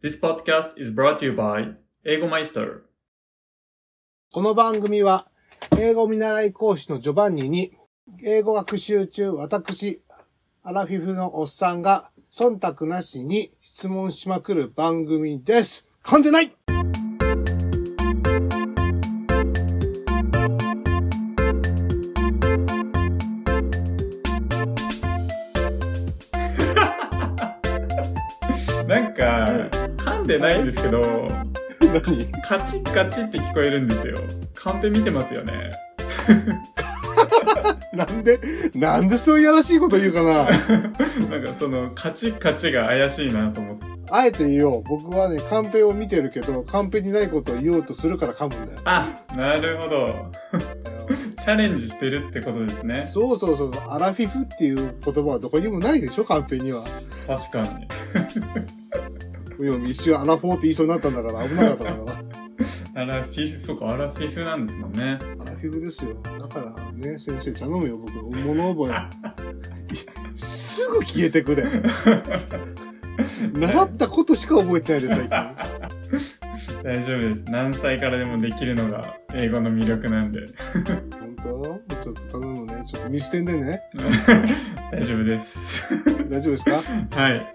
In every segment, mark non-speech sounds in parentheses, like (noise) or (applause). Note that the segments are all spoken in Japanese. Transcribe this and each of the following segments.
This podcast is brought to you by 英語マイスター。この番組は、英語見習い講師のジョバンニに、英語学習中、私、アラフィフのおっさんが、忖度なしに質問しまくる番組です。噛んでないなんか、噛んでないんですけど、何カチッカチって聞こえるんですよ。カンペ見てますよね。 (laughs) なんで、なんでそういうやらしいこと言うかななんかその、カチッカチが怪しいなと思って。あえて言おう。僕はね、カンペを見てるけど、カンペにないことを言おうとするから噛むんだよ。あ、なるほど。チャレンジしてるってことですね。そうそうそう、アラフィフっていう言葉はどこにもないでしょ、カンペには。確かに。今一瞬アラフォーって言いそうになったんだから、危なかったんだから。アラフィフ、そうか、アラフィフなんですもんね。アラフィフですよ。だからね、先生頼むよ、僕。物覚 (laughs) え。すぐ消えてくれ。習ったことしか覚えてないです、最近。大丈夫です。何歳からでもできるのが英語の魅力なんで。 (laughs) 本当ちょっと頼むね。ちょっと見捨てんでね。大丈夫です。 (laughs) 大丈夫ですかはい。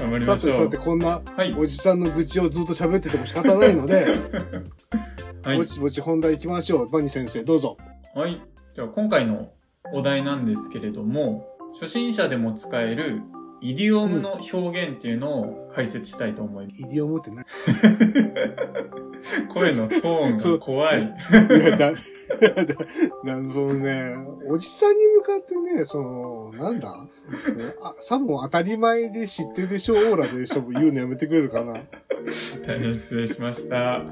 頑張りさまてしょさうて、。こんなはい。おじさんの愚痴をずっと喋ってても仕方ないので、はいぼ。ちぼち本題行きましょう。バニー先生、どうぞ。はい。では今回のお題なんですけれども、初心者でも使えるイディオムの表現っていうのを解説したいと思い (laughs) ます。イディオムって何声のトーンが怖 (laughs) い。いやだ、だ、だそのね、おじさんに向かってね、その、なんだあさも当たり前で知ってるでしょオーラでしょ言うのやめてくれるかな、はい、大変失礼しました。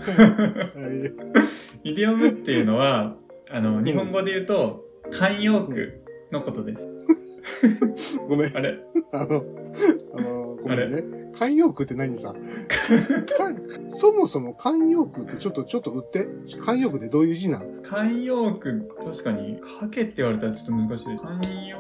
イディオムっていうのは、あの、日本語で言うと、慣用句のことです。ごめん、あれあの、あの、ごめんね。慣用句って何さかそもそも慣用句ってちょっと、ちょっと売って。慣用句ってどういう字なの慣用句、確かに、書けって言われたらちょっと難しいです。慣用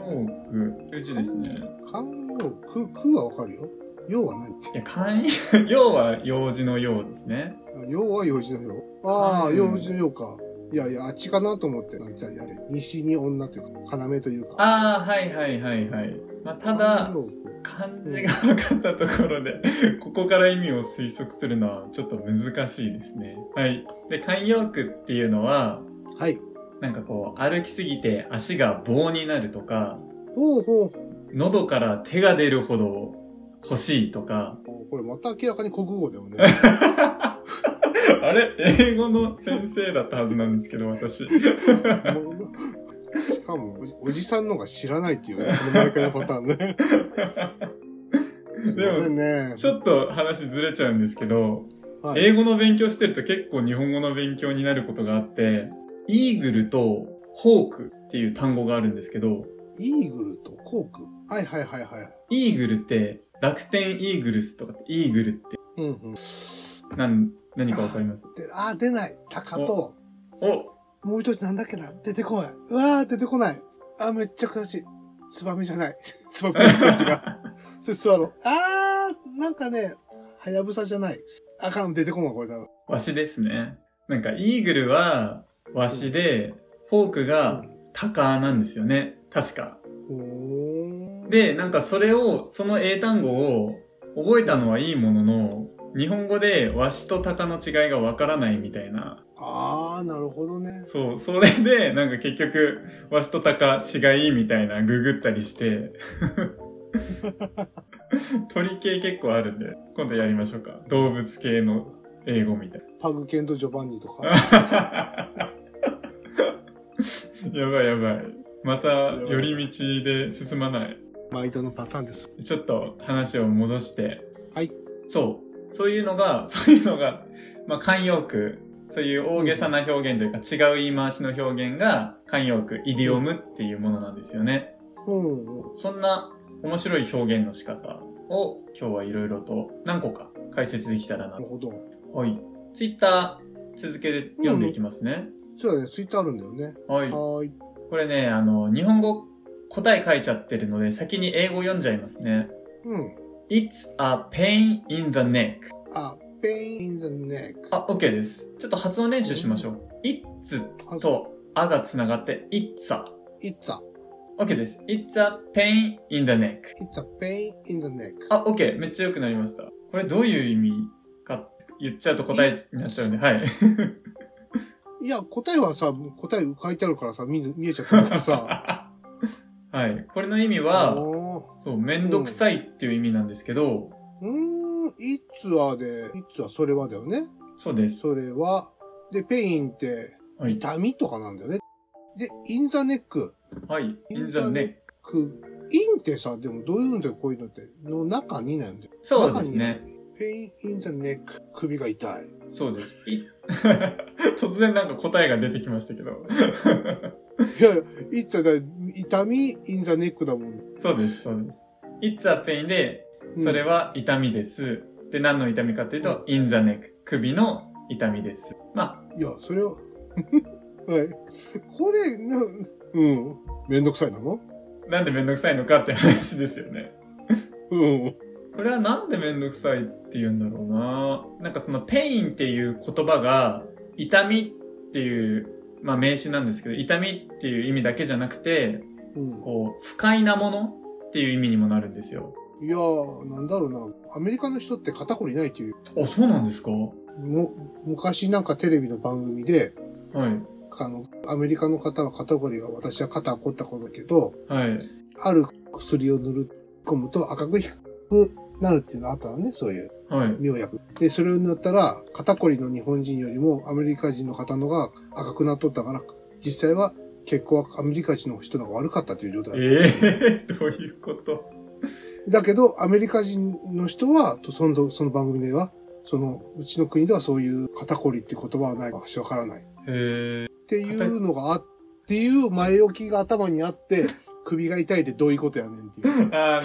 句、うちですね。慣用句、句はわかるよ。用はい何や、慣用、 (laughs) 要は用事の用ですね。用は用事の用。ああ、うん用事の用か。いやいや、あっちかなと思って。じゃあ、やれ。西に女というか、要というか。ああ、はいはいはいはい。まあ、ただ慣、用句漢字が分かったところで、ここから意味を推測するのはちょっと難しいですね。はい。で、慣用句っていうのは、はい。なんかこう、歩きすぎて足が棒になるとか、ほうほうほう。喉から手が出るほど欲しいとか、これまた明らかに国語だよね。 (laughs) (laughs) あれ英語の先生だったはずなんですけど、 (laughs) 私。もうしかもおじ、おじさんのが知らないっていうね、この毎回のパター (laughs) ンね。すいませんね。ちょっと話ずれちゃうんですけど、はい英語の勉強してると結構日本語の勉強になることがあって、イーグルとホークっていう単語があるんですけど、イーグルとコーク。はいはいはいはい。イーグルって楽天イーグルスとかってイーグルってうんうん。で、何、何かわかりますあー、出ない。タカと、おもう一つなんだっけな。出てこない。うわー、出てこない。あー、めっちゃ悔しい。ツバメじゃない。 (laughs) ツバメじゃない。違う。 (laughs) それスワロー。あー、なんかね、ハヤブサじゃない。あかん、出てこない、これだ。わしですね。なんかイーグルはわしで、ホークがタカなんですよね。確か。おー。で、なんかそれを、その英単語を覚えたのはいいものの、日本語でわしとタカの違いがわからないみたいなあー、なるほどね。そう、それで、なんか結局、わしとたか違いみたいなググったりして、鳥系結構あるんで、今度やりましょうか。動物系の英語みたいパグケンとジョバンニとか。な。 (laughs) やばいやばい。また、寄り道で進まない。毎度のパターンです。ちょっと話を戻して。はい。そう。そういうのが、 (laughs) そういうのが、まあ、慣用句。そういう大げさな表現というか、違う言い回しの表現が慣用句、イディオムっていうものなんですよね。うんうん。そんな面白い表現の仕方を今日はいろいろと何個か解説できたらななる。ほど。はい。ツイッター続けて読んでいきますね。そうだね、ツイッターあるんだよね。はい。はーい。これね、あの、日本語答え書いちゃってるので、先に英語読んじゃいますね。うん。 It's a pain in the neck. あ、pain in the neck。あ、OK です。ちょっと発音練習しましょう。It's とあがつながって It's a。 it's a, OK です。It's a pain in the neck. it's a pain in the neck。あ、OK。めっちゃ良くなりました。これどういう意味か言っちゃうと答えになっちゃうんで、はい。いや、答えはさ、答え書いてあるからさ、見見えちゃったからさ。 (laughs) はい。これの意味は、おそう、めんどくさいっていう意味なんですけど、ーうーん、いつはで、いつはそれはだよね。そうです。それは、で、ペインって、はい。痛みとかなんだよね。で、インザネック。はい。in the neck。く、インってさ、でもどういうんだよ、こういうのって。の中になんだよ。そうですね。ペインインザネック。首が痛い。そうです。い (laughs) 突然なんか答えが出てきましたけど。いやいや、いつはだ、痛みインザネックだもん。そうです、そうです。It's a pain で、うんそれは痛みです。で、何の痛みかっていうと、in the neck。首の痛みです。まいや、それは、 (laughs) はい。これ、な、うん。めんどくさいなのあ、なんでめんどくさいのかって話ですよね。うん。これはなんでめんどくさいって言うんだろうな。なんかその pain っていう言葉が、痛みっていう、まあ名詞なんですけど、痛みっていう意味だけじゃなくて、うん。こう、不快なものっていう意味にもなるんですよ。いやー、なんだろうな。アメリカの人って肩こりないっていう。あ、そうなんですかはも、昔なんかテレビの番組で、い。あの、アメリカの方は肩こりが、私は肩凝ったことだけど、はい。ある薬を塗り込むと赤く低くなるっていうのあったのね、そういうはい。妙薬。で、それを塗ったら、肩こりの日本人よりもアメリカ人の方のが赤くなっとったから、実際は結構アメリカ人の人の方が悪かったという状態だったええどういうことだけど、アメリカ人の人は、とそのその番組では、その、うちの国ではそういう肩こりっていう言葉はないかしわからない。っへえ。ていうのがあっていう前置きが頭にあって、首が痛いってどういうことやねんっていう。あ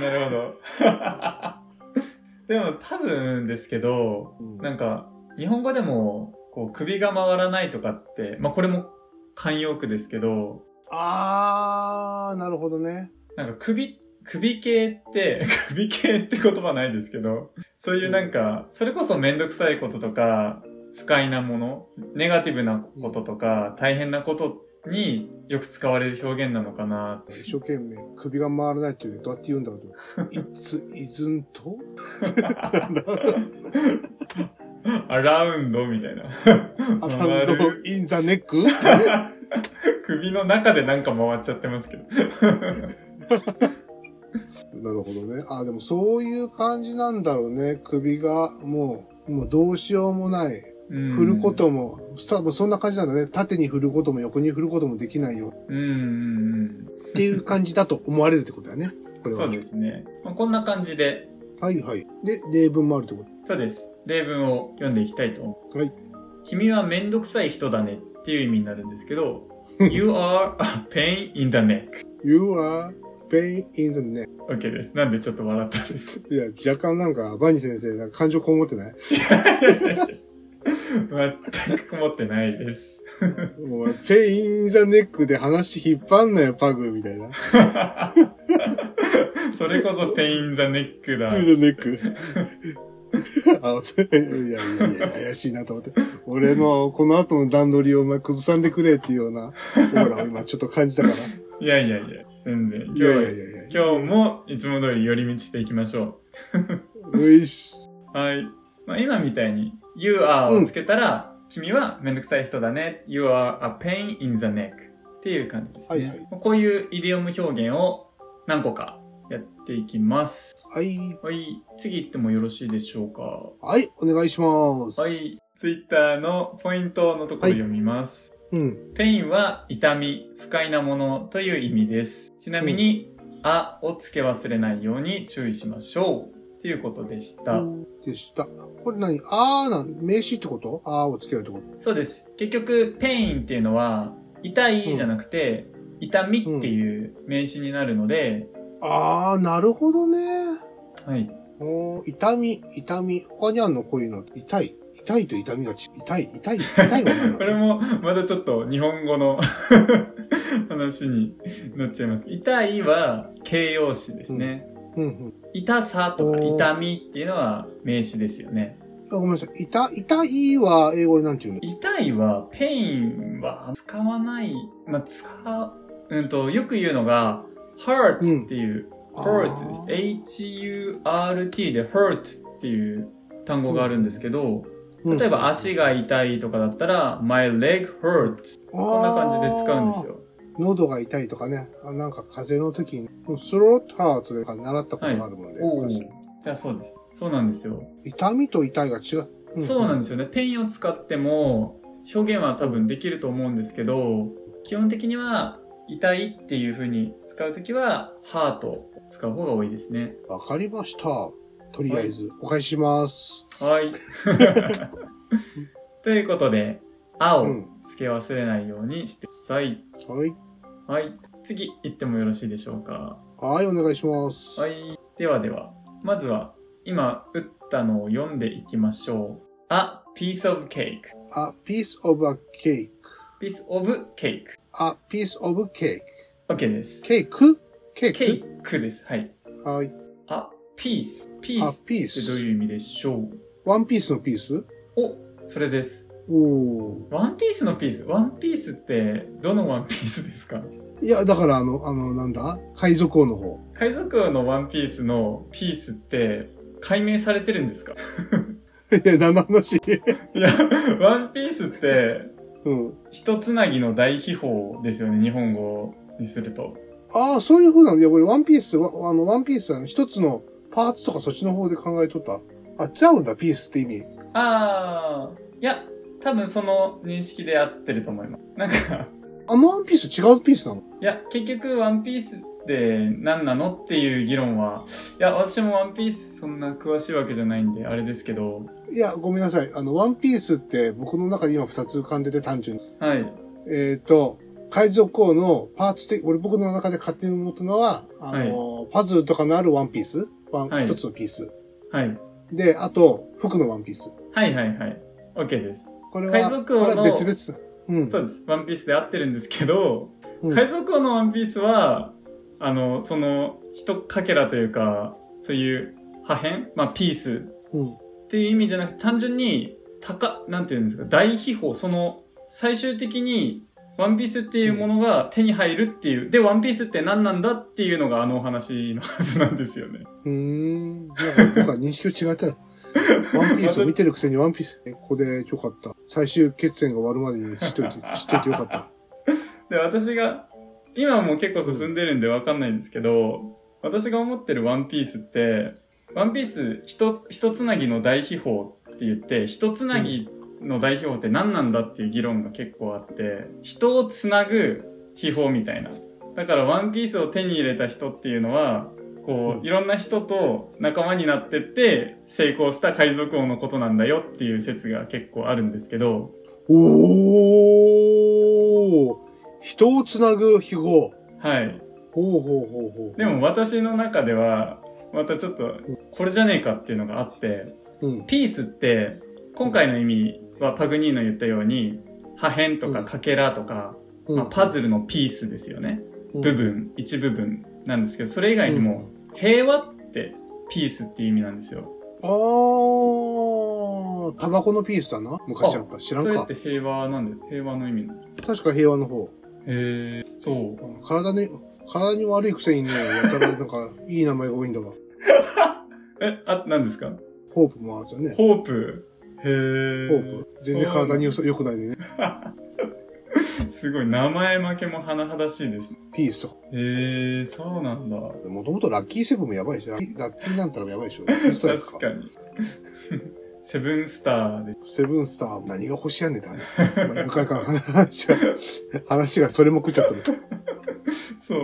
あ、なるほど。 (laughs) でも多分ですけど、うんなんか、日本語でも、こう、首が回らないとかって、まあこれも慣用句ですけど、あー、なるほどね。なんか首、首系って、 (laughs) 首系って言葉ないですけど、そういうなんか、それこそめんどくさいこととか、不快なもの、ネガティブなこととか、大変なことによく使われる表現なのかな一生懸命首が回らないっていうのどうやって言うんだろう (laughs) と。いつ、いずんとアラウンドみたいな。アラウンド回る、インザネック (laughs) 首の中でなんか回っちゃってますけど。なるほどね。あ、でもそういう感じなんだろうね。首が、もう、もうどうしようもない。うん振るこ。とも、多分そんな感じなんだね。縦に振ることも横に振ることもできないようんうんっていう感じだと思われるってことだよね。うこれん。そは。うですね。まあ、こんな感じで、はいはい。で、例文もあるってこそうです。例文を読んでいきたいと思う。はい。君はめんどくさい人だねっていう意味になるんですけ (laughs) ど、You are a pain in the neck. と。You are pain in the neck. OK です。なんでちょっと笑ったんです。いや、若干なんか、バニー先生、なんか感情こもってない (laughs) 全く困ってないです。お前、pain in the neck で話引っ張んなよ、パグ、みたいな。それこそ pain in the neck (laughs) だ。 in the neck. あそれいやいやいや、怪しいなと思って。俺の、この後の段取りをお前崩さんでくれっていうような、ほら、今ちょっと感じたから。いやいやいや、全然。今い日やいはやいやいや。今日もいつも通り寄り道していきましょういっす。う。はい。まあ、今みたいに You are をつけたら、君はめんどくさい人だね。You are a pain in the neck っていう感じですね。はいはいこういうイディオム表現を何個かやっていきます。はい。はい。次行ってもよろしいでしょうはい、お願いします。か。は。い。Twitter のポイントのところを読みます。うん。ペインは痛み、不快なものという意味です。ちなみに、あをつけ忘れないように注意しましょう。っていうことでした。でした。これ何あーなん、名詞ってことあーをつけるってこそうです。結局、ペインっていうのは、痛いじゃなくて、痛みっていう名詞になるので、とあー、なるほどね。はい。おー痛み、痛み。他にあんのこういうの。痛い。痛いと痛みがち、痛い、痛い、痛いは何なの (laughs) これも、まだちょっと日本語の (laughs) 話になっちゃいます。痛いは形容詞ですね。うんうん。痛さとかおー痛みっていうのは名詞ですよね。あごめんなさい。痛、痛いは英語でなんて言うの痛いは、ペインは使わない、まあ、使う、うんと、よく言うのが、hurt っていう、hurt です。え h-u-r-t で hurt っていう単語があるんですけど、例え、ば足が痛いとかだったら、my leg hurt。こんな感じで使うんですよ。よ。喉が痛いとかね。あなんか風邪の時に、スローターとか習ったことがあるもんで、おお昔ー。じゃあそうです。そうなんですよ。痛みと痛いが違う。そうなんでですよね。ペインを使っても表現は多分できると思うんですけど、基本的には痛いっていう風に使うときは、ハートを使う方が多いですね。す。わかりました。とりあえず、お返しします。はい。 (laughs) ということで、青うん付け忘れないようにしてください。はい。はい。次行ってもよろしいでしょうか。はい、お願いします。は。い。ではでは、まずは今打ったのを読んでいきましょう。A piece of cake. あ、piece of a cake。 piece of cake. あ、piece of cake。 OK です。ケークケークケークです。はい。はい。あ、ピース。ピーあス、ピーってどうス。いう意味でしょうワンピースのピースお、それです。おーワンピースのピース。ワンピースって、どのワンピースですかいや、だからあの、あの、なんだ海賊王の方。 (laughs) 海賊王のワンピースのピースって、解明されてるんですか (laughs) いや、何の話いや、ワンピースって、うん。一つなぎの大秘宝ですよね、日本語にすると。ああ、そういう風なんで、いや、俺、ワンピース、わあの、ワンピースは一つのパーツとかそっちの方で考えとった。あ、ちゃうんだ、ピースって意味。あー、いや、多分その認識で合ってると思います。なんか、あのワンピース違うピースなのいや、結局、ワンピースって何なのっていう議論は、いや、私もワンピースそんな詳しいわけじゃないんで、あれですけど、いや、ごめんなさい。あの、ワンピースって僕の中で今二つ浮かんでて単純に。はい。えっ、と、海賊王のパーツ的、俺僕の中で勝手に思ったのは、あの、パズルとかのあるワンピースワン、はい一つのピース。はい。で、あと、服のワンピース。はいはいはい。OK です。これは、海賊王のこれは別々。うん。そうです。ワンピースで合ってるんですけど、うん海賊王のワンピースは、あの、その、一かけらというか、そういう破片まあ、ピースうん。っていう意味じゃなくて、単純に、高、なんていうんですか、大秘宝、その、最終的に、ワンピースっていうものが手に入るっていう、で、ワンピースって何なんだっていうのがあのお話のはずなんですよね。うーん。なんか僕は認識を違った。ワンピースを見てるくせにワンピース。ここでよかった。最終決戦が終わるまでに知っといて、知っといてよかった。で、私が、今もう結構進んでるんでわかんないんですけど、私が思ってるワンピースって、ワンピース一、一つなぎの大秘宝って言って、一つなぎの大秘宝って何なんだっていう議論が結構あって、人をつなぐ秘宝みたいな。だからワンピースを手に入れた人っていうのは、こうんう、いろんな人と仲間になってって、成功した海賊王のことなんだよっていう説が結構あるんですけど、おー人をつなぐ秘宝。はい。ほうほうほうほう。でも、私の中では、またちょっと、これじゃねえかっていうのがあって、うん。ピースって、今回の意味はパグニーの言ったように、破片とうかんかけらとか、まあ、パズルのピースですよね。うん部分、一部分なんですけど、それ以外にも、平和ってピースっていう意味なんですよ。あー、タバコのピースだな。昔あった。知らそんれかっ。て平和なんで、平和の意味なんです。確か平和の方。へえ、そう。体に、体に悪いくせにね、やたらなんか、 (laughs) いい名前が多いんだわ。え、あ、何ですかホープもあったね。ホープ。へホえ。ープ。全然体に良さ良くないでね。すごい、名前負けも甚だしいですねピースとか。へえ、そうなんだ。もともとラッキーセブンもやばいでしょ。ラッキーラッキーなんたらもやばいでしょ。ピーストライク確か。かに。 (laughs) セブンスターです。セブンスター、何が欲しやんねんだね。まあ、よくわからん話が、話がそれも食っちゃったね。そ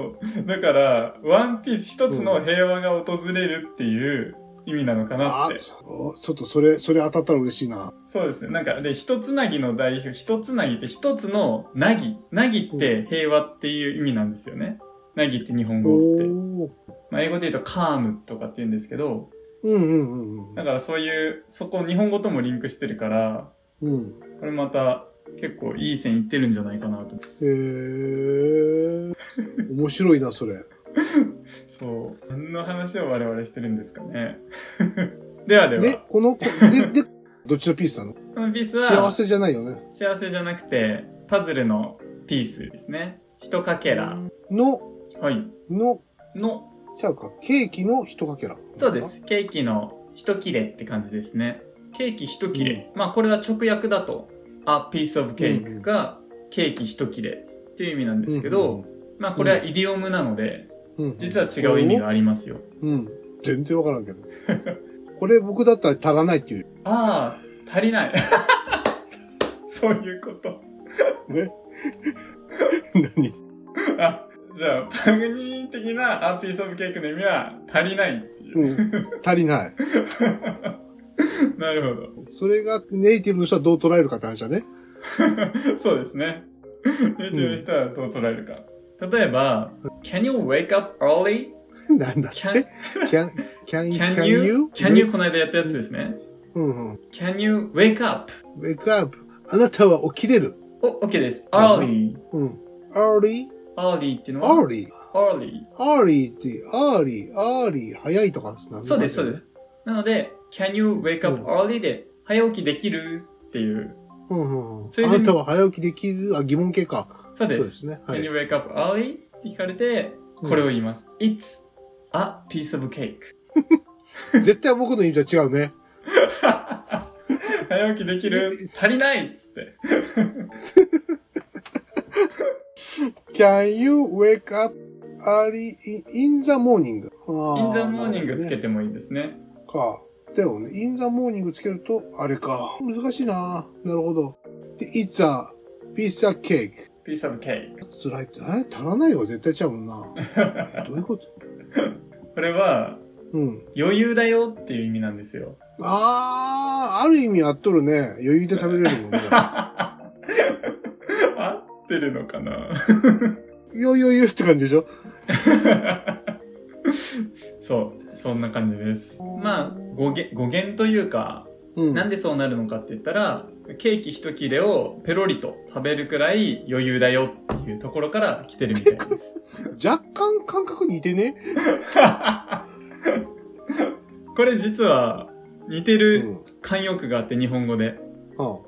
う。だから、ワンピース一つの平和が訪れるっていう意味なのかなあって。ーちょっとそれ、それ当たったら嬉しいな。そうですね。なんか、で、一つなぎの代表、一つなぎって一つのなぎ。なぎって平和っていう意味なんですよね。なぎって日本語おって。ー。まあ、英語で言うとカームとかって言うんですけど、うんうんうんうだん。からそういう、そこ日本語ともリンクしてるから、うん。これまた結構いい線いってるんじゃないかなと。へえ。面白いな、それ。そう。何の話を我々してるんですかね。 (laughs) ではでは、で、この、こで、で、どっちのピースなのこのピースは幸せじゃないよね。幸せじゃなくて、パズルのピースですね。一かけら。の、はい。の、の、ちゃうか、ケーキの一かけら。そうで。す。ケーキの一切れって感じですね。ケーキ一切れ。まあこれは直訳だと、a piece of うんうん cake がケーキ一切れっていう意味なんですけど、まあこれはイディオムなので、うん、実は違う意味がありますよ。うん。全然わからんけど。これ僕だったら足らないっていう。ああ、足りない。 (laughs) そういうこと。ね。何あ、じゃあ、パグニー的なアーピースオブケークの意味は足りない (laughs) っていう。うん。足りない。なるほそれがネイティブの人はどう捉えるかって話だね。ど。そうですね。ネイティブの人はどう捉えるか。例えば、Can you wake up early? なんだって Can, ?can, can, can you? Can you? この間やったやつですね。うんうん。 Can you wake up? wake up. あなたは起きれる。お、OK です。early。うん。early? early っていうのは early? early。 early って、early, early, 早いとかなんだよねそうです、そうです。。なので、Can you wake up early? で、早起きできるっていう。うんうんうん。それであなたは早起きできるあ、疑問形か。そうそで。うですすね。は Can い you。wake up early? って聞かれて、これを言います。It's a piece of cake. 絶対僕の意味とは違うね。早起きできる足りないっつって。 Can you wake up early in, in the morning? インザモーニングつけて。てもいいですね。か。だよね。in the morning つけると、あれか。難しいななるほど。で、it's a piece of cake. piece of cake。辛いって、え足らないよ。絶対ちゃうもんな。えどういうことこれは、うん。余裕だよっていう意味なんです (laughs) よ。あー、ある意味やっとるね。余裕で食べれる (laughs) もんね。合ってるのかな余裕って感じでしょそう、そんな感じです。まあ、語源、語源というか、うん。なんでそうなるのかって言ったら、ケーキ一切れをペロリと食べるくらい余裕だよっていうところから来てるみたいです。若干感覚似てね。これ実は似てうるん。慣用句があって日本語では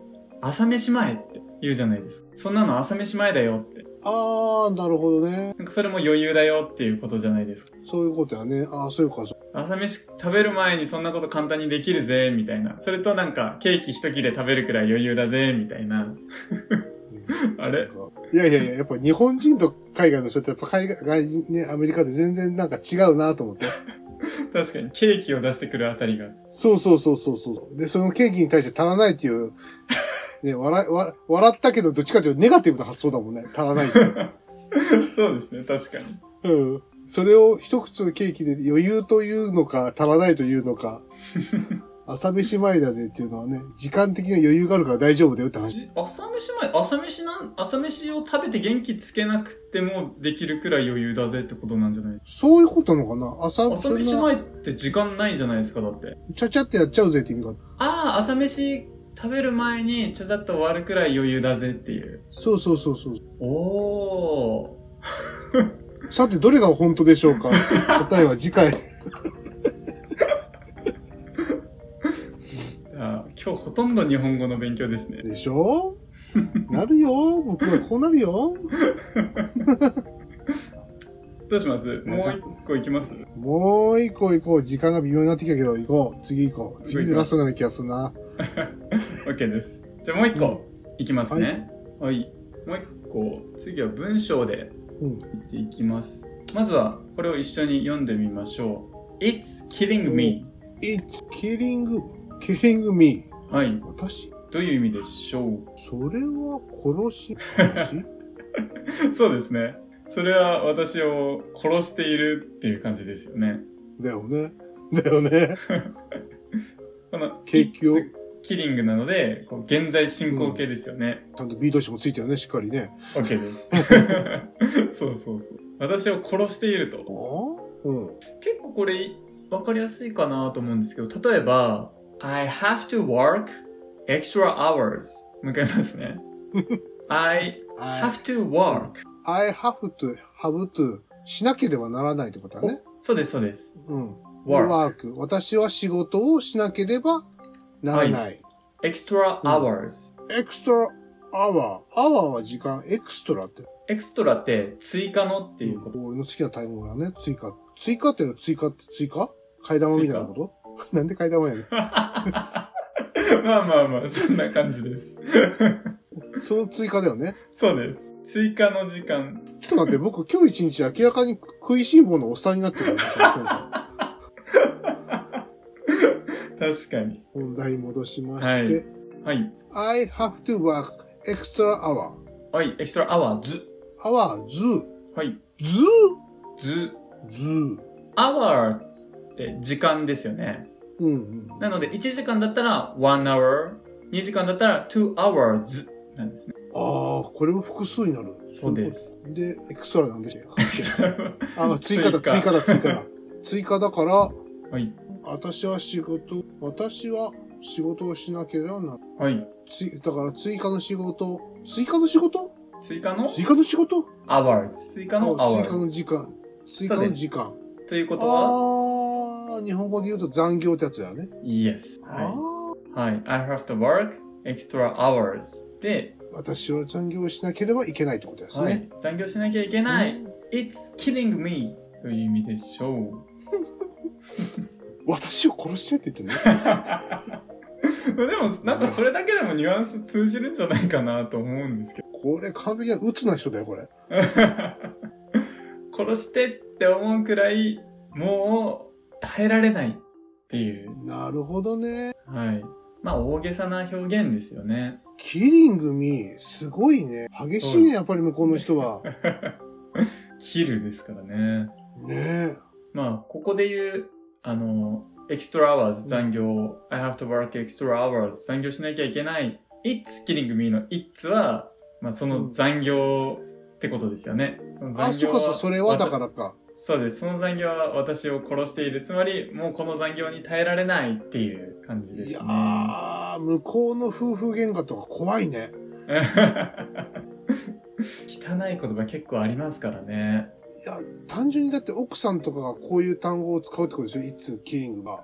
朝飯前って言うじゃないですか。そんなの朝飯前だよって。ああー、なるほどね。なんかそれも余裕だよっていうことじゃないですか。そういうことやね。ああ、そういうか、そ朝飯食べる前にそんなこと簡単にできるぜ、みたいな。それとなんかケーキ一切れ食べるくらい余裕だぜ、みたいな。 (laughs) あうれか。いやいやいや、やっぱ日本人と海外の人って、やっぱ海外外人ね、アメリカで全然なんか違うなと思って。確かにケーキを出してくるあたりが。そうそうそうそうそう。で、そのケーキに対して足らないっ (laughs) ていう、ね、笑い、わ笑ったけど、どっちかというとネガティブな発想だもんね。足らないって。 (laughs) そうですね、確かに。うん。それを一口のケーキで余裕というのか、足らないという (laughs) のか、朝飯前だぜっていうのはね、時間的な余裕があるから大丈夫だよって話。じ朝飯前、朝飯なん、朝飯を食べて元気つけなくてもできるくらい余裕だぜってことなんじゃないですそういうことなのかな朝、か朝そん飯な、前って時間ないじゃないですか、だって。ちゃちゃってやっちゃうぜって意味か。ああ、朝飯食べる前にちゃちゃっと終わるくらい余裕だぜっていう。そうそうそうそう。おー。さて、どれが本当でしょ (laughs) うか答えは次回。あー今日ほとんど日本語の勉強ですね。で (laughs) しょなるよ。僕はこうなるよ。どうしますなんもうか一個いきますもう一個行こう。時間が微妙になってきたけど、行こう。次行こう。次でラストなる気がするな。 ?OK です。じゃあもう一個いきますね。はい。もう一個、次は文章でうん。見ていきます。まずは、これを一緒に読んでみましょう。It's killing me. It's killing, killing me. はい。私どういう意味でしょそれは殺し (laughs) 殺しうそうですね。それは私を殺しているっていう感じですよね。だよね。だよね。この、ケーキを It's killing なので、こう現在進行形ですよね。ちゃんとビート詞もついてるね、しっかりね。 OK (laughs) です。そうそうそう。私を殺しているああと。うん。結構これ、わかりやすいかなと思うんですけど、例えば、I have to work extra hours. もう一回言います (laughs) ね。I I, have to work. I have to, have to しなければならないってことだね。そうです、そうです。うん。 work, ワーク。私は仕事をしなければならない。 extra hours. エクストラアワー。アワーは時間。エクストラって。エクストラって追加のっていうこと。俺の好きな単語だね。追加。追加って追加って追加替え玉みたいなこと (laughs) なんで替え玉やねん。 (laughs) まあまあまあ、そんな感じです。その追加だよね。そうです。追加の時間。ちょっと待って、僕今日一日明らかに食いしん坊のおっさんになってるから。確かに。 (laughs) 本題戻しまして。はい。 I have to work extra hour. はい、エクストラアワーズ。 hour, zoo, はい。 zoo, ず。 zoo. アワーって時間ですよね。うんうん。なので、1時間だったら1 hour、2時間だったら2 hours なんですね。ああ、これも複数になる。そうです。 (laughs) で、エクストラなんでしたよ。はあー、追加だ、追 (laughs) 追加加だ、追加だ。追加だから、い。私は仕事、私は仕事をしなければならない。はい。ついだから追加の仕事、追加の仕事追加の追加の仕事 hours。追加のあ追加の hours。時間。追加の時間。ということは、ああ、日本語で言うと残業ってやつだよね。 yes。あはあ、い。はい。I have to work extra hours. で、私は残業をしなければいけないってことですはね。い、残業しなきゃいけない。It's killing me という意味でしょ私を殺してって言ってるね。う。でも、なんかそれだけでもニュアンス通じるんじゃないかなと思うんですけど。 (laughs) これ完璧な鬱な人だよ、これ。殺してって思うくらい、もう耐えられないっていう。なるほどね。はい。まあ、大げさな表現ですよね。キリングミー、すごいね。激しいね、やっぱり向こうの人は。ねキルですからね。え。まあ、ここで言う、あの、エクストラアワーズ残業、I have to work extra hours 残業しなきゃいけない、It's killing me の It's は、まあ、その残業ってことですよね。そのあ、残そ業うかそう、それはだからか。そうです。その残業は私を殺している。つまり、もうこの残業に耐えられないっていう感じでいすやね。ー、向こうの夫婦喧嘩とか怖いね。 (laughs) 汚い言葉結構ありますからね。 (laughs) いや、単純にだって奥さんとかがこういう単語を使うってことですよ、いつキリングが。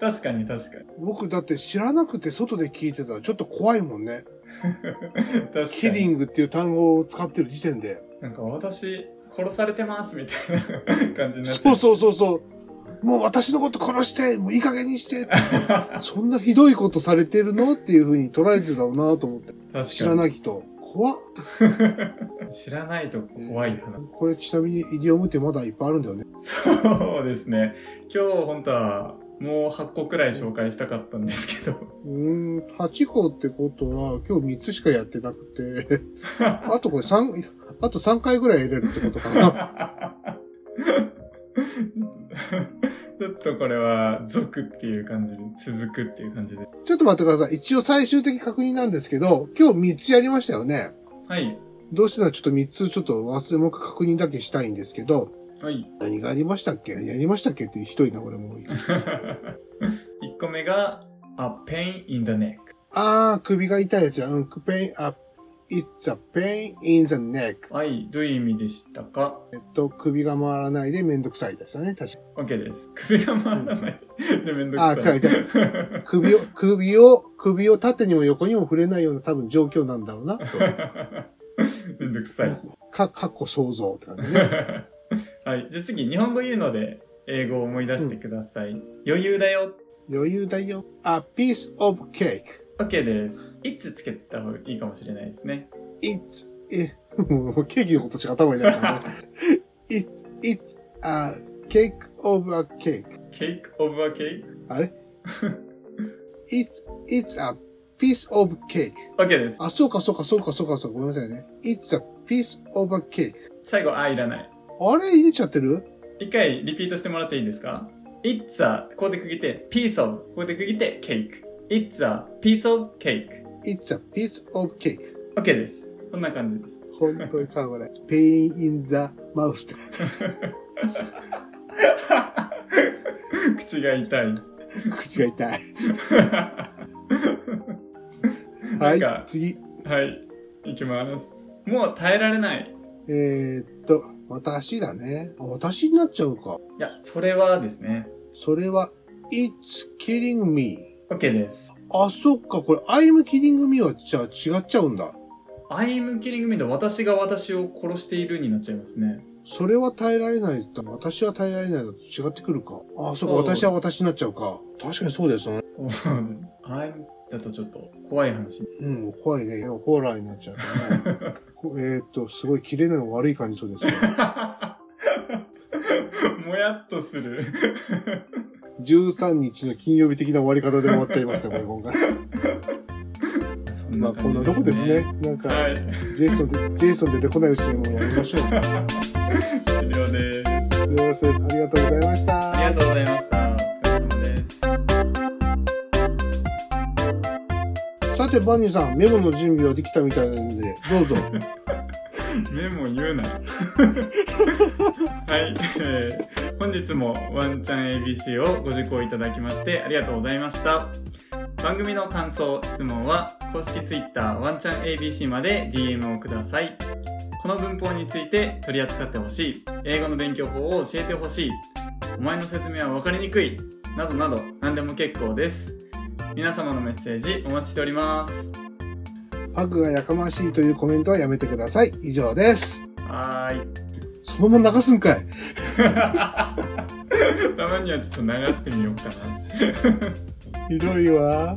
確かに確かに。僕だって知らなくて外で聞いてたらちょっと怖いもんね。確かに。キリングっていう単語を使ってる時点で。なんか私、殺されてますみたいな感じになっちゃそうそうそうそう。もう私のこと殺して、もういい加減 (laughs) にして。そんなひどいことされてるのっていう風に取られてたろうなと思って。確かに。知らない人。怖っ。知らないと怖い話。これちなみにイディオムってまだいっぱいあるんだよね。そうですね。今日本当はもう8個くらい紹介したかったんですけど。うーん、8個ってことは今日3つしかやってなくて。 (laughs) あとこれ3、あと3回ぐらい入れるってことかな。 (laughs) ちょっとこれは、続っていう感じで、続くっていう感じで。ちょっと待ってください。一応最終的確認なんですけど、今日3つやりましたよね。はい。どうしてならちょっと3つちょっと忘れもう一回確認だけしたいんですけど、はい。 (laughs) 何がありましたっけやりましたっけってひどいな、 (laughs) これもう。 1個目が、a pain in the neck。あー、首が痛いやつや。うん、pain up. It's a pain in the neck. はい。どういう意味でしたかえっと、首が回らないでめんどくさいでしたね、確か ?OK です。首が回らない。で、めんどあくー、書さいい。てある。首を、首を、首を縦にも横にも触れないような多分状況なんだろうな、と。 (laughs) めんどくさい。か、かっこ想像って感じね。はい。じゃあ次、日本語言うので、英語を思い出してください。余裕だよ。余裕だよ。A piece of cake. OK です。いつつけた方がいいかもしれないですね。 It's, え、 (laughs) もうケーキのことしか頭にないからね。It's, it's a cake of a cake. cake over cake? あれ ?It's, it's a piece of cake. OK です。あ、そうかそうかそうかそうかそうか。ごめんなさいね。It's a piece of a cake. 最後、あ、いらない。あれ入れちゃってる一回リピートしてもらっていいですか ?It's a ここで区切って、piece of ここで区切って cake。It's a piece of cake。 ?It's a piece of cake. OK です。こんな感じです。本当にかわいい。pain in the mouth. (laughs) 口が痛い。 (laughs) 口が痛い。なはんかい、次。はい。いきます。もう耐えられない。えーっと、私だね。あ私になっちゃうか。いや、それはですね。それは、it's killing me. OK です。あ、そっか。これ、I'm killing me はじゃあ違っちゃうんだ。 I'm killing me の私が私を殺しているになっちゃいますね。それは耐えられないだ。私は耐えられないだと違ってくるか。あ、そっか。そう私は私になっちゃうか。確かにそうですね。そうなんです。I'm だとちょっと怖い話。 (laughs) うん、怖いね。ホラーになっ (laughs) ちゃうね。こえーっと、すごい切れの悪い感じそうですね。もやっとする。 13日の金曜日的な終わり方で終わっちゃいましたね、今回。そんまなあ、こんな感じとこですね。。なんか、はい。ジェイソンで、ジェイソン出てこないうちにもうやりまし (laughs) ょう。終了です。両生ありがとうございました。ありがとうございました。お疲れ様です。さて、バンニーさん、メモの準備はできたみたいなので、どう (laughs) ぞ。メモ言うな。はい、えー本日もワンチャン ABC をご受講いただきましてありがとうございました。番組の感想、質問は公式 Twitter ワンチャン ABC まで DM をください。この文法について取り扱ってほしい。英語の勉強法を教えてほしい。お前の説明はわかりにくい。などなど何でも結構です。皆様のメッセージお待ちしております。パグがやかましいというコメントはやめてください。以上です。はーい。たそのまま流すんかい。まにはちょっと流してみようかな。 (laughs) ひどいわ。